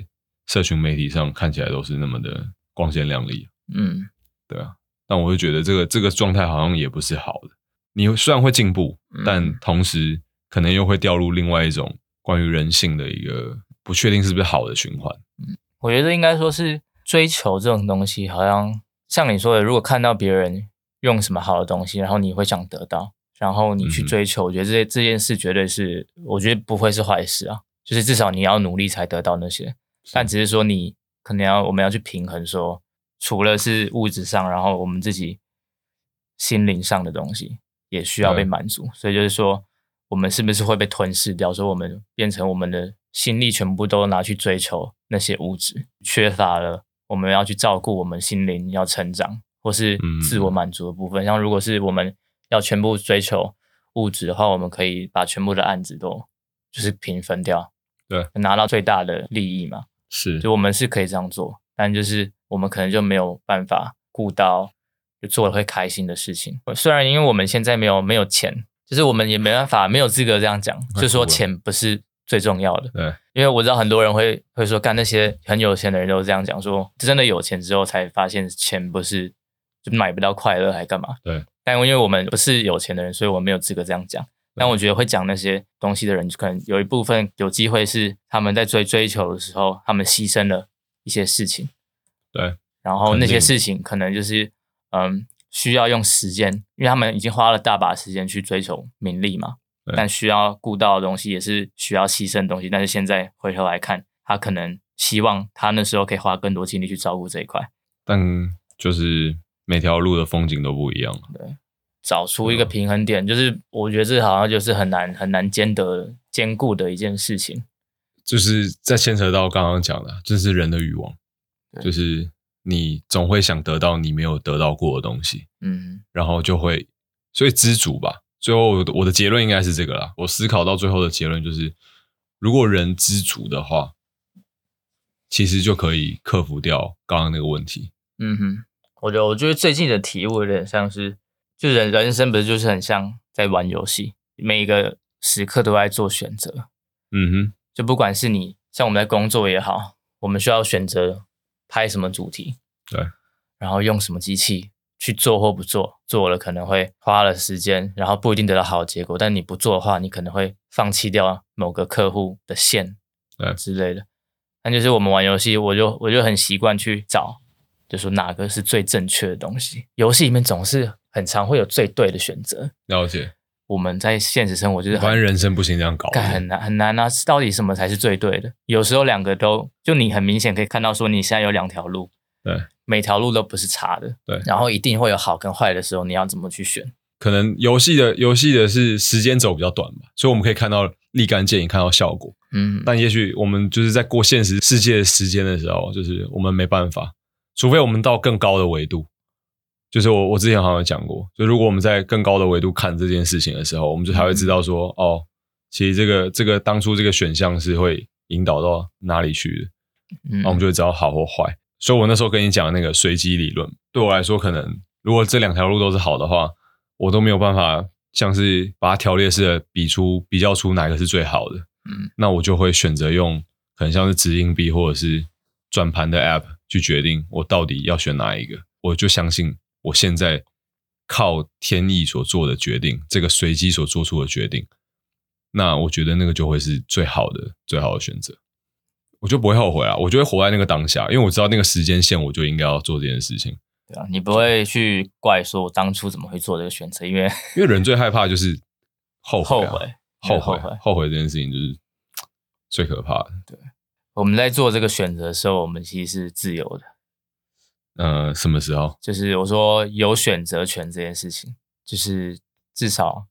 Speaker 1: 社群媒体上看起来都是那么的光鲜亮丽？
Speaker 2: 嗯
Speaker 1: 对啊，但我就觉得这个这个状态好像也不是好的。你虽然会进步
Speaker 2: 嗯，
Speaker 1: 但同时可能又会掉入另外一种关于人性的一个不确定是不是好的循环。
Speaker 2: 我觉得应该说是追求这种东西，好像像你说的，如果看到别人用什么好的东西，然后你会想得到，然后你去
Speaker 1: 嗯哼
Speaker 2: 追求，我觉得这这件事绝对是，我觉得不会是坏事啊。就是至少你要努力才得到那些，但只是说你可能要我们要去平衡说，除了是物质上，然后我们自己心灵上的东西也需要被
Speaker 1: 对
Speaker 2: 满足。所以就是说，我们是不是会被吞噬掉？说我们变成我们的心力全部都拿去追求那些物质，缺乏了我们要去照顾我们心灵要成长或是
Speaker 1: 嗯
Speaker 2: 自我满足的部分。像如果是我们要全部追求物质的话，我们可以把全部的案子都就是平分掉，
Speaker 1: 对，
Speaker 2: 拿到最大的利益嘛。
Speaker 1: 是
Speaker 2: 就我们是可以这样做，但就是我们可能就没有办法顾到就做了会开心的事情。虽然因为我们现在没有没有钱，就是我们也没办法没有资格这样讲，
Speaker 1: 哭了
Speaker 2: 就说钱不是最重要的。
Speaker 1: 对，
Speaker 2: 因为我知道很多人会会说，干那些很有钱的人都这样讲，说真的有钱之后才发现钱不是就买不到快乐，还干嘛？
Speaker 1: 对。
Speaker 2: 但因为我们不是有钱的人，所以我没有资格这样讲。但我觉得会讲那些东西的人，可能有一部分有机会是他们在追追求的时候，他们牺牲了一些事情，
Speaker 1: 对，
Speaker 2: 然后
Speaker 1: 肯
Speaker 2: 那
Speaker 1: 定
Speaker 2: 些事情可能就是嗯，需要用时间，因为他们已经花了大把时间去追求名利嘛，
Speaker 1: 对
Speaker 2: 但需要顾到的东西也是需要牺牲的东西。但是现在回头来看，他可能希望他那时候可以花更多精力去照顾这一块，
Speaker 1: 但就是每条路的风景都不一样。
Speaker 2: 找出一个
Speaker 1: 嗯
Speaker 2: 平衡点。就是我觉得这好像就是很难很难兼得兼顾的一件事情。
Speaker 1: 就是在牵扯到刚刚讲的，这啊是人的欲望，
Speaker 2: 对
Speaker 1: 就是你总会想得到你没有得到过的东西，
Speaker 2: 嗯，
Speaker 1: 然后就会所以知足吧。最后我的我的结论应该是这个啦。我思考到最后的结论就是，如果人知足的话，其实就可以克服掉刚刚那个问题。
Speaker 2: 嗯哼，我觉得我觉得最近的体悟有点像是，就人人生不是就是很像在玩游戏，每一个时刻都在做选择，
Speaker 1: 嗯
Speaker 2: 就不管是你像我们在工作也好，我们需要选择拍什么主题，
Speaker 1: 对，
Speaker 2: 然后用什么机器去做或不做，做了可能会花了时间，然后不一定得到好的结果，但你不做的话，你可能会放弃掉某个客户的线，
Speaker 1: 对
Speaker 2: 之类的。但就是我们玩游戏，我就我就很习惯去找，就说哪个是最正确的东西。游戏里面总是很常会有最对的选择。
Speaker 1: 哼，了解。
Speaker 2: 我们在现实生活就是
Speaker 1: 我
Speaker 2: 很
Speaker 1: 发现人生不行这样搞。
Speaker 2: 干很难很难啊！到底什么才是最对的？有时候两个都，就你很明显可以看到，说你现在有两条路，
Speaker 1: 对，
Speaker 2: 每条路都不是差的，
Speaker 1: 对
Speaker 2: 然后一定会有好跟坏的时候，你要怎么去选？
Speaker 1: 可能游戏的游戏的是时间轴比较短吧，所以我们可以看到立竿见影，看到效果。
Speaker 2: 嗯，
Speaker 1: 但也许我们就是在过现实世界的时间的时候，就是我们没办法，除非我们到更高的维度。就是我我之前好像有讲过，就如果我们在更高的维度看这件事情的时候，我们就才会知道说，哦，其实这个这个当初这个选项是会引导到哪里去的，
Speaker 2: 嗯
Speaker 1: 那我们就会知道好或坏。所以我那时候跟你讲的那个随机理论，对我来说，可能如果这两条路都是好的话，我都没有办法像是把它条列式的比出比较出哪个是最好的。
Speaker 2: 嗯，
Speaker 1: 那我就会选择用可能像是掷硬币或者是转盘的 App 去决定我到底要选哪一个。我就相信我现在靠天意所做的决定，这个随机所做出的决定，那我觉得那个就会是最好的最好的选择。我就不会后悔啊，我就会活在那个当下，因为我知道那个时间线，我就应该要做这件事情。
Speaker 2: 对啊，你不会去怪说我当初怎么会做这个选择，因为
Speaker 1: 因为人最害怕就是后悔
Speaker 2: 后
Speaker 1: 啊、
Speaker 2: 悔，
Speaker 1: 后
Speaker 2: 后
Speaker 1: 悔，
Speaker 2: 悔。
Speaker 1: 后悔这件事情就是嘖最可怕的。
Speaker 2: 我们在做这个选择的时候，我们其实是自由的，
Speaker 1: 呃，什么时候？
Speaker 2: 就是我说有选择权这件事情，就是至少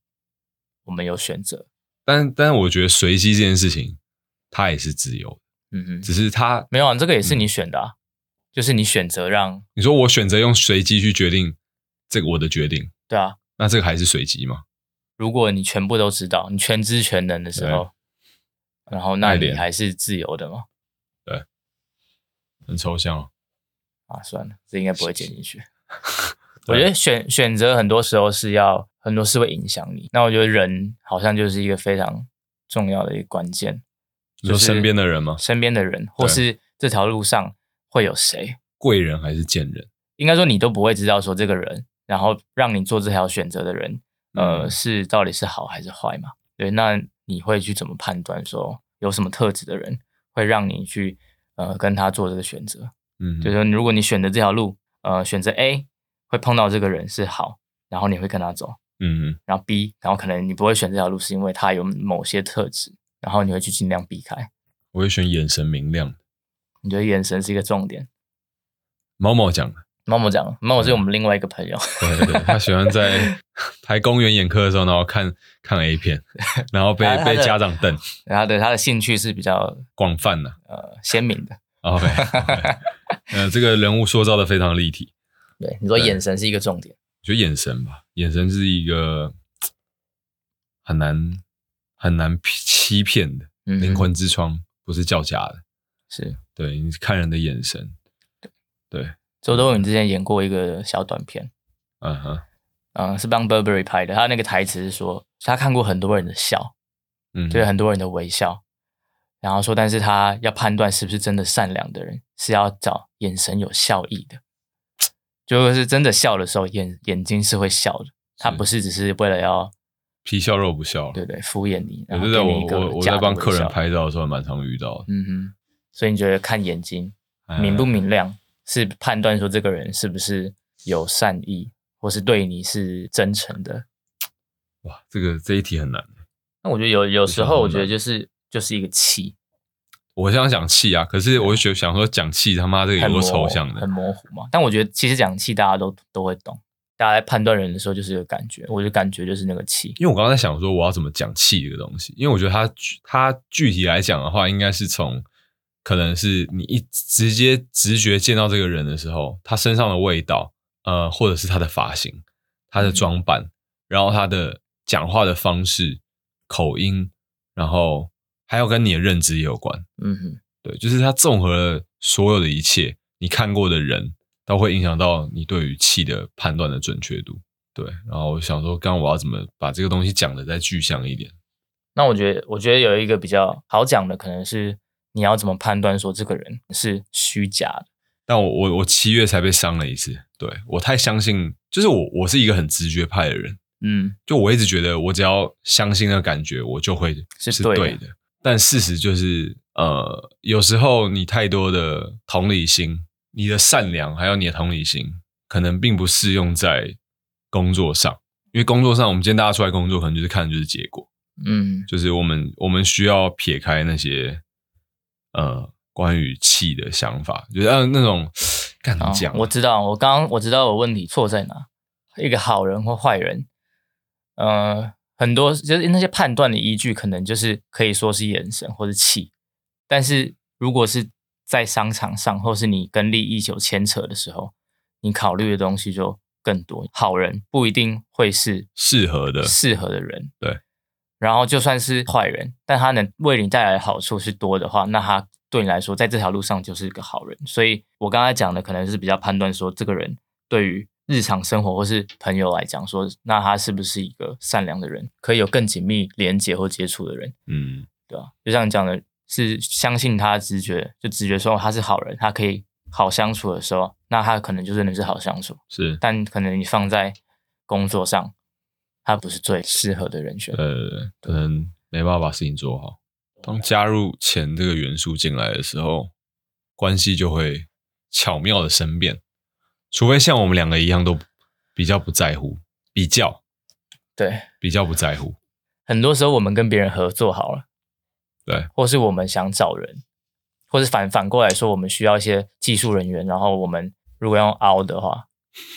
Speaker 2: 我们有选择。
Speaker 1: 但但我觉得随机这件事情，它也是自由的，
Speaker 2: 嗯哼，
Speaker 1: 只是它，
Speaker 2: 没有啊，这个也是你选的啊，就是你选择让
Speaker 1: 你说我选择用随机去决定这个我的决定，
Speaker 2: 对啊。
Speaker 1: 那这个还是随机吗？
Speaker 2: 如果你全部都知道，你全知全能的时候，然后那
Speaker 1: 那一
Speaker 2: 你
Speaker 1: 点
Speaker 2: 还是自由的嘛？
Speaker 1: 很抽象哦。
Speaker 2: 啊，算了，这应该不会剪进去。我觉得选选择很多时候是要很多事会影响你。那我觉得人好像就是一个非常重要的一个关键，
Speaker 1: 你说
Speaker 2: 就是
Speaker 1: 身边的人吗？
Speaker 2: 身边的人，或是这条路上会有谁，
Speaker 1: 贵人还是贱人？
Speaker 2: 应该说你都不会知道说这个人，然后让你做这条选择的人，呃，
Speaker 1: 嗯
Speaker 2: 是到底是好还是坏嘛？对，那你会去怎么判断说有什么特质的人会让你去呃跟他做这个选择？
Speaker 1: 嗯，
Speaker 2: 就是说，如果你选择这条路，呃，选择 A 会碰到这个人是好，然后你会跟他走，
Speaker 1: 嗯
Speaker 2: 然后 B，然后可能你不会选这条路是因为他有某些特质，然后你会去尽量避开。
Speaker 1: 我会选眼神明亮的。
Speaker 2: 你觉得眼神是一个重点。
Speaker 1: 毛毛讲的，
Speaker 2: 猫某讲，猫
Speaker 1: 嗯
Speaker 2: 某是我们另外一个朋友，
Speaker 1: 对对对，他喜欢在 排公园眼科的时候，然后看看 A 片，然 后被
Speaker 2: 啊他他
Speaker 1: 被
Speaker 2: 的
Speaker 1: 家长瞪，
Speaker 2: 然后对他的兴趣是比较
Speaker 1: 广泛呐、
Speaker 2: 呃鲜明的。
Speaker 1: OK，, OK 呃，这个人物塑造的非常立体。
Speaker 2: 对，你说
Speaker 1: 对
Speaker 2: 眼神是一个重点。
Speaker 1: 我觉得眼神吧，眼神是一个很难很难欺欺骗的
Speaker 2: 嗯
Speaker 1: 灵魂之窗，不是叫假的。
Speaker 2: 是
Speaker 1: 对你看人的眼神，对，
Speaker 2: 周冬雨之前演过一个小短片，
Speaker 1: 嗯哼，
Speaker 2: 嗯、是帮 Burberry 拍的。他那个台词是说，他看过很多人的笑，
Speaker 1: 嗯，
Speaker 2: 就是很多人的微笑，然后说，但是他要判断是不是真的善良的人，是要找眼神有笑意的，就是真的笑的时候，眼眼睛是会笑的，他
Speaker 1: 是
Speaker 2: 不是只是为了要
Speaker 1: 皮笑肉不笑。
Speaker 2: 对对敷衍你，
Speaker 1: 我
Speaker 2: 然后
Speaker 1: 就在
Speaker 2: 给
Speaker 1: 我
Speaker 2: 你一个
Speaker 1: 我我
Speaker 2: 假
Speaker 1: 在
Speaker 2: 的
Speaker 1: 帮
Speaker 2: 微
Speaker 1: 客人
Speaker 2: 笑，
Speaker 1: 拍照的时候，蛮常遇到的。
Speaker 2: 嗯哼，所以你觉得看眼睛
Speaker 1: 哎
Speaker 2: 明不明亮，是判断说这个人是不是有善意，或是对你是真诚的。
Speaker 1: 哇，这个这一题很难。
Speaker 2: 那我觉得有有时
Speaker 1: 这
Speaker 2: 候，
Speaker 1: 个
Speaker 2: 我
Speaker 1: 很
Speaker 2: 觉得
Speaker 1: 难
Speaker 2: 就是就是一个气，
Speaker 1: 我想讲气啊，可是我就觉得想说讲气他妈这个有
Speaker 2: 很
Speaker 1: 多
Speaker 2: 模
Speaker 1: 抽象
Speaker 2: 很
Speaker 1: 的，
Speaker 2: 模糊嘛。但我觉得其实讲气大家都都会懂，大家在判断人的时候就是有感觉，我就感觉就是那个气。
Speaker 1: 因为我刚刚在想说我要怎么讲气这个东西，因为我觉得它它具体来讲的话，应该是从可能是你一直接直觉见到这个人的时候，他身上的味道，呃，或者是他的发型、他
Speaker 2: 嗯
Speaker 1: 的装扮，然后他的讲话的方式、口音，然后还有跟你的认知也有关。
Speaker 2: 嗯哼，
Speaker 1: 对，就是它综合了所有的一切，你看过的人都会影响到你对于气的判断的准确度。对，然后我想说，刚刚我要怎么把这个东西讲的再具象一点？
Speaker 2: 那我觉得我觉得有一个比较好讲的，可能是你要怎么判断说这个人是虚假的。
Speaker 1: 但我我我七月才被伤了一次，对我太相信，就是我我是一个很直觉派的人，
Speaker 2: 嗯，
Speaker 1: 就我一直觉得我只要相信的感觉，我就会
Speaker 2: 是
Speaker 1: 是
Speaker 2: 对的
Speaker 1: 对的。但事实就是，呃，有时候你太多的同理心，你的善良还有你的同理心，可能并不适用在工作上，因为工作上我们今天大家出来工作，可能就是看的就是结果，
Speaker 2: 嗯，
Speaker 1: 就是我们我们需要撇开那些呃关于气的想法，就是呃那种 干怎
Speaker 2: 好
Speaker 1: 么讲啊、
Speaker 2: 哦我知道，我刚我知道我问题错在哪。一个好人或坏人，呃，很多就是那些判断的依据，可能就是可以说是眼神或是气。但是如果是在商场上，或是你跟利益有牵扯的时候，你考虑的东西就更多。好人不一定会是
Speaker 1: 适合的
Speaker 2: 适合的人，
Speaker 1: 对。
Speaker 2: 然后就算是坏人，但他能为你带来的好处是多的话，那他对你来说，在这条路上就是一个好人。所以我刚才讲的可能是比较判断说，这个人对于日常生活或是朋友来讲说，那他是不是一个善良的人，可以有更紧密连接或接触的人，
Speaker 1: 嗯，
Speaker 2: 对吧、就像你讲的，是相信他的直觉，就直觉说他是好人，他可以好相处的时候，那他可能就真的是好相处。
Speaker 1: 是
Speaker 2: 但可能你放在工作上，他不是最适合的人选。
Speaker 1: 呃，可能没办法把事情做好。当加入钱这个元素进来的时候，关系就会巧妙的生变，除非像我们两个一样都比较不在乎，比较
Speaker 2: 对，
Speaker 1: 比较不在乎，
Speaker 2: 很多时候我们跟别人合作好了，
Speaker 1: 对，
Speaker 2: 或是我们想找人，或是反反过来说，我们需要一些技术人员，然后我们如果要用凹的话，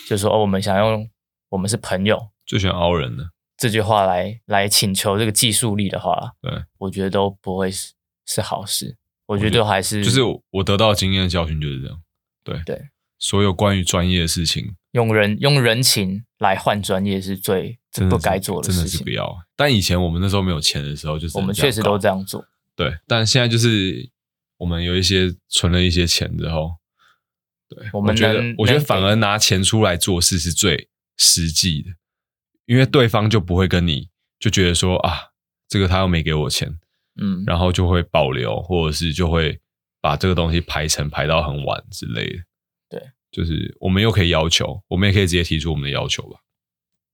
Speaker 2: 就说哦，我们想用我们是朋友
Speaker 1: 最喜欢凹人的，
Speaker 2: 这句话来来请求这个技术力的话，
Speaker 1: 对，
Speaker 2: 我觉得都不会是是好事。我觉
Speaker 1: 觉
Speaker 2: 得
Speaker 1: 得
Speaker 2: 都还是
Speaker 1: 就是我得到的经验的教训就是这样，对
Speaker 2: 嗯对，
Speaker 1: 所有关于专业的事情，
Speaker 2: 用人用人情来换专业是最
Speaker 1: 真的
Speaker 2: 不
Speaker 1: 是
Speaker 2: 该做的
Speaker 1: 真
Speaker 2: 事
Speaker 1: 的是
Speaker 2: 情
Speaker 1: 不。要。但以前我们那时候没有钱的时候，就是
Speaker 2: 我们确实都
Speaker 1: 样搞。
Speaker 2: 这样做。
Speaker 1: 对，但现在就是我们有一些存了一些钱之后，对
Speaker 2: 我们
Speaker 1: 觉得
Speaker 2: 能
Speaker 1: 我觉得
Speaker 2: 能
Speaker 1: 反
Speaker 2: 给
Speaker 1: 而拿钱出来做事是最实际的，因为对方就不会跟你就觉得说啊，这个他又没给我钱，
Speaker 2: 嗯，
Speaker 1: 然后就会保留，或者是就会把这个东西排成排到很晚之类的。
Speaker 2: 对，
Speaker 1: 就是我们又可以要求，我们也可以直接提出我们的要求吧。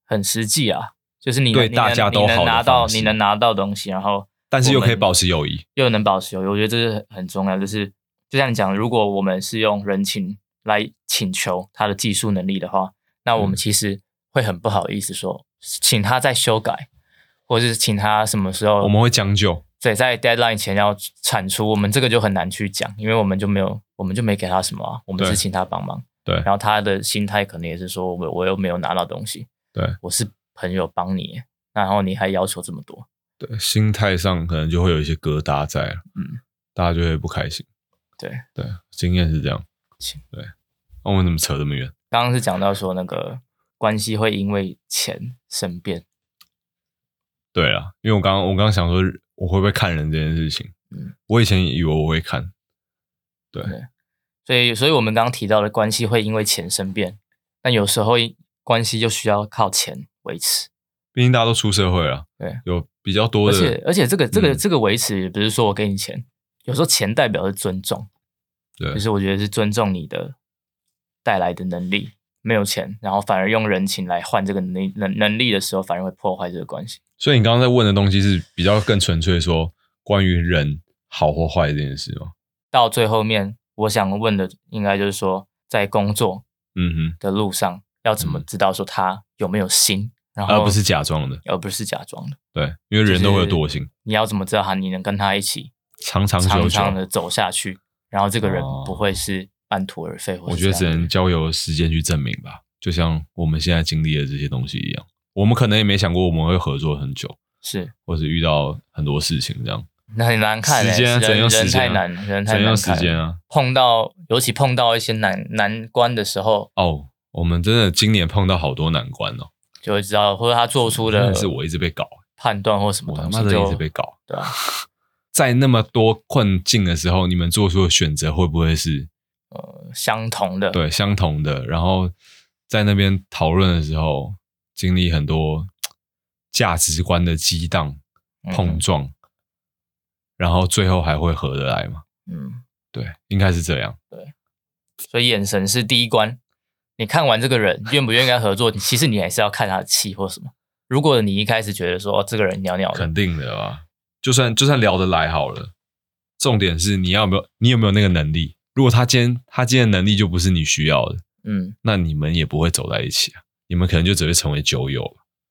Speaker 2: 很实际啊，就是你
Speaker 1: 对
Speaker 2: 你能
Speaker 1: 大家都
Speaker 2: 你
Speaker 1: 好
Speaker 2: 能
Speaker 1: 的
Speaker 2: 拿到
Speaker 1: 方式
Speaker 2: 你能拿到东西，然后
Speaker 1: 但是又可以
Speaker 2: 我们
Speaker 1: 保持友谊，
Speaker 2: 又能保持友谊，我觉得这是很重要。就是就像你讲的，如果我们是用人情来请求他的技术能力的话，那我们
Speaker 1: 嗯
Speaker 2: 其实会很不好意思说，请他再修改，或者是请他什么时候
Speaker 1: 我们会将就。
Speaker 2: 对在 deadline 前要产出，我们这个就很难去讲，因为我们就没有我们就没给他什么啊，我们
Speaker 1: 对
Speaker 2: 是请他帮忙。
Speaker 1: 对
Speaker 2: 然后他的心态可能也是说，我我又没有拿到东西，
Speaker 1: 对，
Speaker 2: 我是朋友帮你，然后你还要求这么多，
Speaker 1: 对，心态上可能就会有一些疙瘩在了，
Speaker 2: 嗯，
Speaker 1: 大家就会不开心。
Speaker 2: 对
Speaker 1: 对，经验是这样
Speaker 2: 行。
Speaker 1: 对，那我们怎么扯这么远？
Speaker 2: 刚刚是讲到说那个关系会因为钱生变，
Speaker 1: 对啊，因为我刚刚我刚刚想说，我会不会看人这件事情？
Speaker 2: 嗯
Speaker 1: 我以前以为我会看，对
Speaker 2: 对所以所以我们刚刚提到的关系会因为钱生变，但有时候关系就需要靠钱维持，
Speaker 1: 毕竟大家都出社会了，
Speaker 2: 对，
Speaker 1: 有比较多
Speaker 2: 而
Speaker 1: 的，
Speaker 2: 且而且这个这个、
Speaker 1: 嗯
Speaker 2: 这个维持也不是说我给你钱，有时候钱代表是尊重，
Speaker 1: 对
Speaker 2: 就是我觉得是尊重你的带来的能力。没有钱，然后反而用人情来换这个能力能能力的时候，反而会破坏这个关系。
Speaker 1: 所以你刚刚在问的东西是比较更纯粹说关于人好或坏这件事吗？
Speaker 2: 到最后面，我想问的应该就是说，在工作
Speaker 1: 嗯哼，
Speaker 2: 的路上要怎么知道说他有没有心，然
Speaker 1: 嗯
Speaker 2: 后
Speaker 1: 而不是假装的。
Speaker 2: 而不是假装的。
Speaker 1: 对，因为人都会有惰性，
Speaker 2: 你要怎么知道他你能跟他一起
Speaker 1: 长长久
Speaker 2: 长
Speaker 1: 久
Speaker 2: 长，的走下去，然后这个人
Speaker 1: 哦
Speaker 2: 不会是半途而废？或
Speaker 1: 我
Speaker 2: 者
Speaker 1: 觉得
Speaker 2: 这
Speaker 1: 只
Speaker 2: 样
Speaker 1: 能交由时间去证明吧。就像我们现在经历的这些东西一样，我们可能也没想过我们会合作很久，
Speaker 2: 是
Speaker 1: 或者遇到很多事情这样。
Speaker 2: 那很难看、欸，
Speaker 1: 时间啊只能
Speaker 2: 人
Speaker 1: 用时
Speaker 2: 人
Speaker 1: 间啊
Speaker 2: 太难，人
Speaker 1: 只
Speaker 2: 太
Speaker 1: 能
Speaker 2: 难
Speaker 1: 用
Speaker 2: 看
Speaker 1: 时间
Speaker 2: 了
Speaker 1: 啊。
Speaker 2: 碰到尤其碰到一些难难关的时候，
Speaker 1: 哦，我们真的今年碰到好多难关哦，
Speaker 2: 就会知道，或者他做出
Speaker 1: 真
Speaker 2: 的
Speaker 1: 的是我一直被搞，
Speaker 2: 判断或什么
Speaker 1: 我他
Speaker 2: 东
Speaker 1: 妈
Speaker 2: 西
Speaker 1: 的
Speaker 2: 就，
Speaker 1: 一直被搞。
Speaker 2: 对啊，
Speaker 1: 在那么多困境的时候，你们做出的选择会不会是
Speaker 2: 呃相同的，
Speaker 1: 对相同的？然后在那边讨论的时候，经历很多价值观的激荡
Speaker 2: 嗯
Speaker 1: 碰撞，然后最后还会合得来吗？
Speaker 2: 嗯，
Speaker 1: 对，应该是这样。
Speaker 2: 所以眼神是第一关。你看完这个人愿不愿意跟他合作，你其实你还是要看他的气或什么。如果你一开始觉得说哦这个人鸟鸟的，
Speaker 1: 肯定的吧。就算就算聊得来好了，重点是你要有没有你有没有那个能力。如果他今天他今天的能力就不是你需要的，
Speaker 2: 嗯
Speaker 1: 那你们也不会走在一起啊，你们可能就只会成为酒友。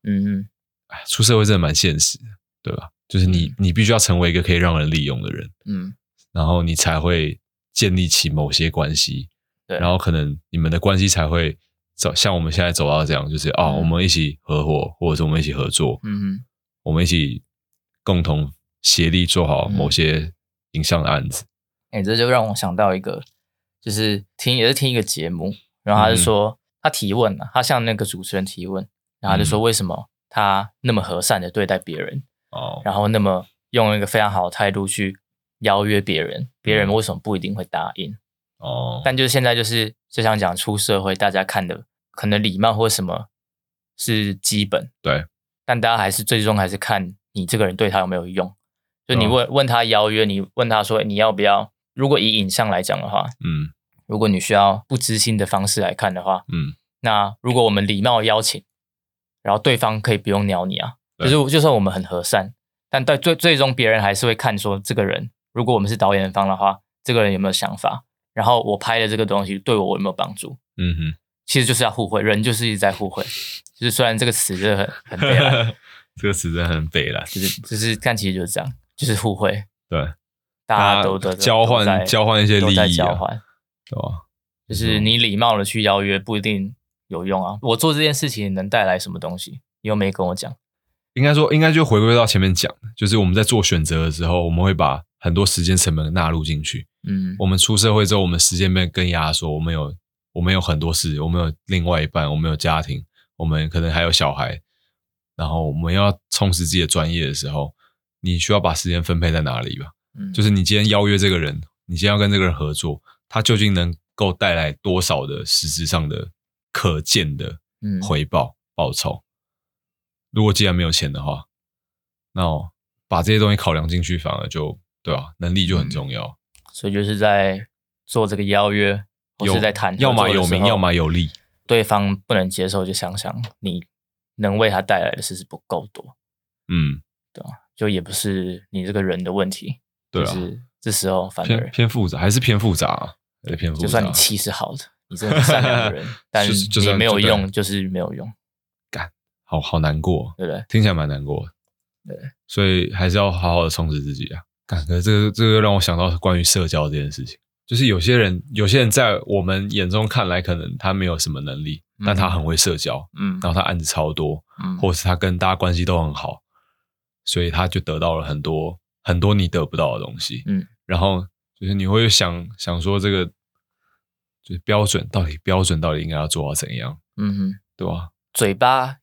Speaker 2: 嗯嗯
Speaker 1: 哎，出社会真的蛮现实的，对吧？就是你你必须要成为一个可以让人利用的人，
Speaker 2: 嗯，
Speaker 1: 然后你才会建立起某些关系，
Speaker 2: 对，
Speaker 1: 然后可能你们的关系才会走像我们现在走到这样，就是啊、
Speaker 2: 嗯
Speaker 1: 我们一起合伙，或者是我们一起合作，
Speaker 2: 嗯
Speaker 1: 我们一起共同协力做好
Speaker 2: 嗯
Speaker 1: 某些影像的案子。
Speaker 2: 哎、这就让我想到一个，就是听也是听一个节目，然后他就说、他提问了、他向那个主持人提问，然后他就说为什么他那么和善的对待别人，
Speaker 1: 哦，
Speaker 2: 然后那么用一个非常好的态度去邀约别人，别人为什么不一定会答应？
Speaker 1: 哦，
Speaker 2: 但就是现在就是就像讲出社会，大家看的可能礼貌或什么是基本，
Speaker 1: 对，
Speaker 2: 但大家还是最终还是看你这个人对他有没有用。就你
Speaker 1: 对啊
Speaker 2: 问、问他邀约，你问他说你要不要？如果以影像来讲的话，
Speaker 1: 嗯
Speaker 2: 如果你需要不知心的方式来看的话，
Speaker 1: 嗯，
Speaker 2: 那如果我们礼貌邀请，然后对方可以不用鸟你啊，就
Speaker 1: 对
Speaker 2: 是就算我们很和善，但到最最终别人还是会看说这个人，如果我们是导演方的话，这个人有没有想法，然后我拍的这个东西对我有没有帮助，
Speaker 1: 嗯哼，
Speaker 2: 其实就是要互惠，人就是一直在互惠，就是虽然这个词是很很 悲哀，
Speaker 1: 这个词真的很北了，
Speaker 2: 就是就是但其实就是这样，就是互惠，
Speaker 1: 对，
Speaker 2: 大家都都都
Speaker 1: 交
Speaker 2: 都在
Speaker 1: 换交换一些
Speaker 2: 都
Speaker 1: 利
Speaker 2: 在
Speaker 1: 益
Speaker 2: 交
Speaker 1: 啊，嗯
Speaker 2: 换，
Speaker 1: 对吧？
Speaker 2: 就是你礼貌的去邀约不一定有用啊，我做这件事情能带来什么东西，你又没跟我讲。
Speaker 1: 应该说，应该就回归到前面讲的，就是我们在做选择的时候，我们会把很多时间成本纳入进去。
Speaker 2: 嗯，
Speaker 1: 我们出社会之后，我们时间变得更压缩，我们有我们有很多事，我们有另外一半，我们有家庭，我们可能还有小孩，然后我们要充实自己的专业的时候，你需要把时间分配在哪里吧？
Speaker 2: 嗯
Speaker 1: 就是你今天邀约这个人，你今天要跟这个人合作，他究竟能够带来多少的实质上的可见的
Speaker 2: 嗯
Speaker 1: 回报、报酬？如果既然没有钱的话，那我把这些东西考量进去，反而就对吧、能力就很重要。
Speaker 2: 所以就是在做这个邀约，或
Speaker 1: 有
Speaker 2: 是在谈合作
Speaker 1: 要么
Speaker 2: 的
Speaker 1: 有
Speaker 2: 时
Speaker 1: 名，
Speaker 2: 候
Speaker 1: 要么有利。
Speaker 2: 对方不能接受，就想想你能为他带来的事是不够多，
Speaker 1: 嗯，
Speaker 2: 就也不是你这个人的问题，
Speaker 1: 对
Speaker 2: 就
Speaker 1: 啊，
Speaker 2: 是这时候反
Speaker 1: 偏
Speaker 2: 而
Speaker 1: 偏复杂，还是偏复杂、啊，还是偏复杂。，
Speaker 2: 就算你气是好的，你真的是善良的人 但
Speaker 1: 就是就
Speaker 2: 你
Speaker 1: 算
Speaker 2: 没有
Speaker 1: 对
Speaker 2: 用，就是没有用，
Speaker 1: 好好难过，
Speaker 2: 对不对？
Speaker 1: 听起来蛮难过的。
Speaker 2: 对，
Speaker 1: 所以还是要好好的充实自己啊。感觉这个这个让我想到关于社交这件事情，就是有些人有些人在我们眼中看来，可能他没有什么能力，
Speaker 2: 嗯
Speaker 1: 但他很会社交，
Speaker 2: 嗯
Speaker 1: 然后他案子超多，
Speaker 2: 嗯，
Speaker 1: 或是他跟大家关系都很好，所以他就得到了很多很多你得不到的东西。
Speaker 2: 嗯，
Speaker 1: 然后就是你会想想说这个就是标准到底标准到底应该要做到怎样，
Speaker 2: 嗯哼，
Speaker 1: 对吧？
Speaker 2: 嘴巴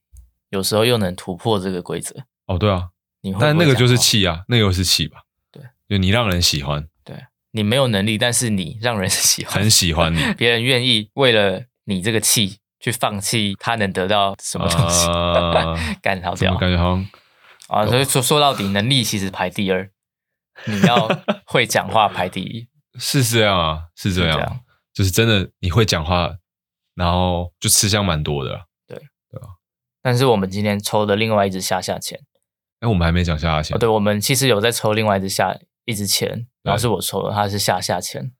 Speaker 2: 有时候又能突破这个规则，
Speaker 1: 哦，对啊，
Speaker 2: 你会不会哦
Speaker 1: 但那个
Speaker 2: 讲
Speaker 1: 就是
Speaker 2: 话
Speaker 1: 气啊，那个又是气吧？
Speaker 2: 对，
Speaker 1: 就你让人喜欢，
Speaker 2: 你没有能力，但是你让人 喜欢，
Speaker 1: 很喜 欢你，
Speaker 2: 别人愿意为了你这个气去放弃他能得到什么东西，
Speaker 1: 啊
Speaker 2: 干好
Speaker 1: 怎
Speaker 2: 掉
Speaker 1: 么感觉好像
Speaker 2: 啊！所以说说到底，能力其实排第二，你要会讲话排第一，
Speaker 1: 是这样啊？是这
Speaker 2: 是这
Speaker 1: 样
Speaker 2: 样，
Speaker 1: 就是真的你会讲话，然后就吃香蛮多的啊。
Speaker 2: 但是我们今天抽的另外一只下下签，
Speaker 1: 哎，我们还没讲下下
Speaker 2: 哦，
Speaker 1: 线，
Speaker 2: 对，我们其实有在抽另外一只下一只签，然后
Speaker 1: 对
Speaker 2: 是我抽的，它是下下签。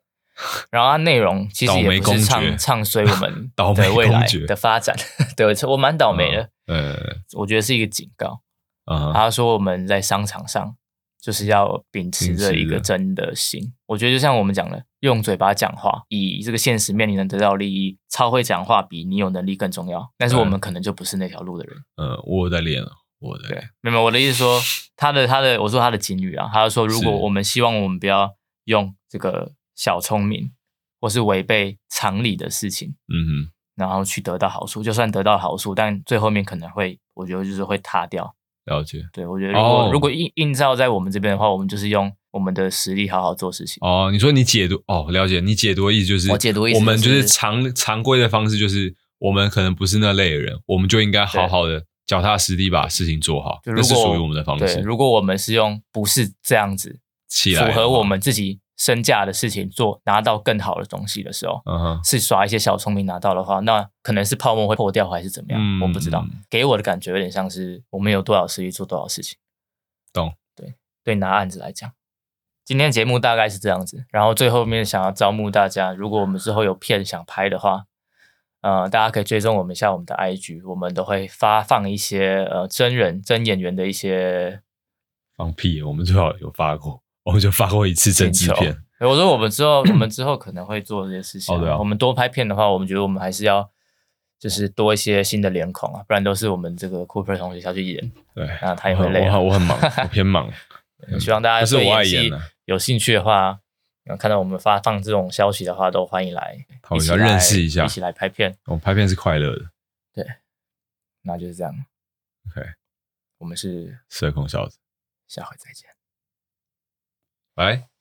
Speaker 2: 然后它内容其实
Speaker 1: 倒
Speaker 2: 也
Speaker 1: 霉
Speaker 2: 不是
Speaker 1: 公
Speaker 2: 唱
Speaker 1: 爵
Speaker 2: 唱衰我们
Speaker 1: 倒霉
Speaker 2: 的未来
Speaker 1: 公爵
Speaker 2: 的发展， 对我蛮倒霉的，
Speaker 1: 呃
Speaker 2: 我觉得是一个警告。
Speaker 1: 啊，
Speaker 2: 他说我们在商场上就是要秉持着一个真的心。我觉得就像我们讲的，用嘴巴讲话，以这个现实面你能得到利益，超会讲话比你有能力更重要。但是我们可能就不是那条路的人。
Speaker 1: 呃，我有在练了，我有在练，
Speaker 2: 没有，我的意思说，他的他的，我说他的警语啊，他就说，如果
Speaker 1: 是
Speaker 2: 我们希望我们不要用这个小聪明或是违背常理的事情，
Speaker 1: 嗯
Speaker 2: 然后去得到好处，就算得到好处，但最后面可能会，我觉得就是会塌掉。
Speaker 1: 哼，了解。
Speaker 2: 对，我觉得如果、
Speaker 1: 哦
Speaker 2: 如果映映照在我们这边的话，我们就是用我们的实力好好做事情。
Speaker 1: 哦，你说你解读哦，了解，你解读的意思就是，
Speaker 2: 我解读意思
Speaker 1: 我们就
Speaker 2: 就是
Speaker 1: 是常常规的方式，就是我们可能不是那类的人，我们就应该好好的脚踏实地把事情做好，
Speaker 2: 就
Speaker 1: 那
Speaker 2: 如
Speaker 1: 哦是
Speaker 2: 果
Speaker 1: 属于我们的方
Speaker 2: 对，
Speaker 1: 式。
Speaker 2: 如果我们是用不是这样子，
Speaker 1: 起来
Speaker 2: 符
Speaker 1: 的
Speaker 2: 合
Speaker 1: 话
Speaker 2: 我，们自己身价的事情做，拿到更好的东西的时候，
Speaker 1: 嗯哼，
Speaker 2: 是耍一些小聪明拿到的话，那可能是泡沫会破掉还是怎么样，
Speaker 1: 嗯
Speaker 2: 我不知道
Speaker 1: 嗯。
Speaker 2: 给我的感觉有点像是我们有多少实力做多少事情。
Speaker 1: 懂？
Speaker 2: 对，对，拿案子来讲，今天节目大概是这样子。然后最后面想要招募大家，如果我们之后有片想拍的话，呃，大家可以追踪我们一下我们的 IG，我们都会发放一些呃真人真演员的一些
Speaker 1: 放屁，我们最好有发过，我们就发过一次政治
Speaker 2: 请求
Speaker 1: 片，
Speaker 2: 对哎我说我们之后，我们之后可能会做这些事情、
Speaker 1: 哦对啊
Speaker 2: 我们多拍片的话，我们觉得我们还是要就是多一些新的脸孔啊，不然都是我们这个 Cooper 同学下去演，
Speaker 1: 对，
Speaker 2: 那他也会累、啊
Speaker 1: 哦
Speaker 2: 嗯
Speaker 1: 我。我我很忙，我偏 忙，
Speaker 2: 希望
Speaker 1: 可
Speaker 2: 大家
Speaker 1: 是
Speaker 2: 对
Speaker 1: 我爱
Speaker 2: 演
Speaker 1: 演
Speaker 2: 戏
Speaker 1: 啊
Speaker 2: 有兴趣的话，呃看到我们发放这种消息的话，都欢迎来
Speaker 1: 好
Speaker 2: 一起
Speaker 1: 要
Speaker 2: 来
Speaker 1: 认识一下
Speaker 2: 一起来拍片。
Speaker 1: 我拍片是快乐的。
Speaker 2: 那就是这样，
Speaker 1: OK，
Speaker 2: 我们是
Speaker 1: 社恐小子，
Speaker 2: 下回再见。
Speaker 1: 拜。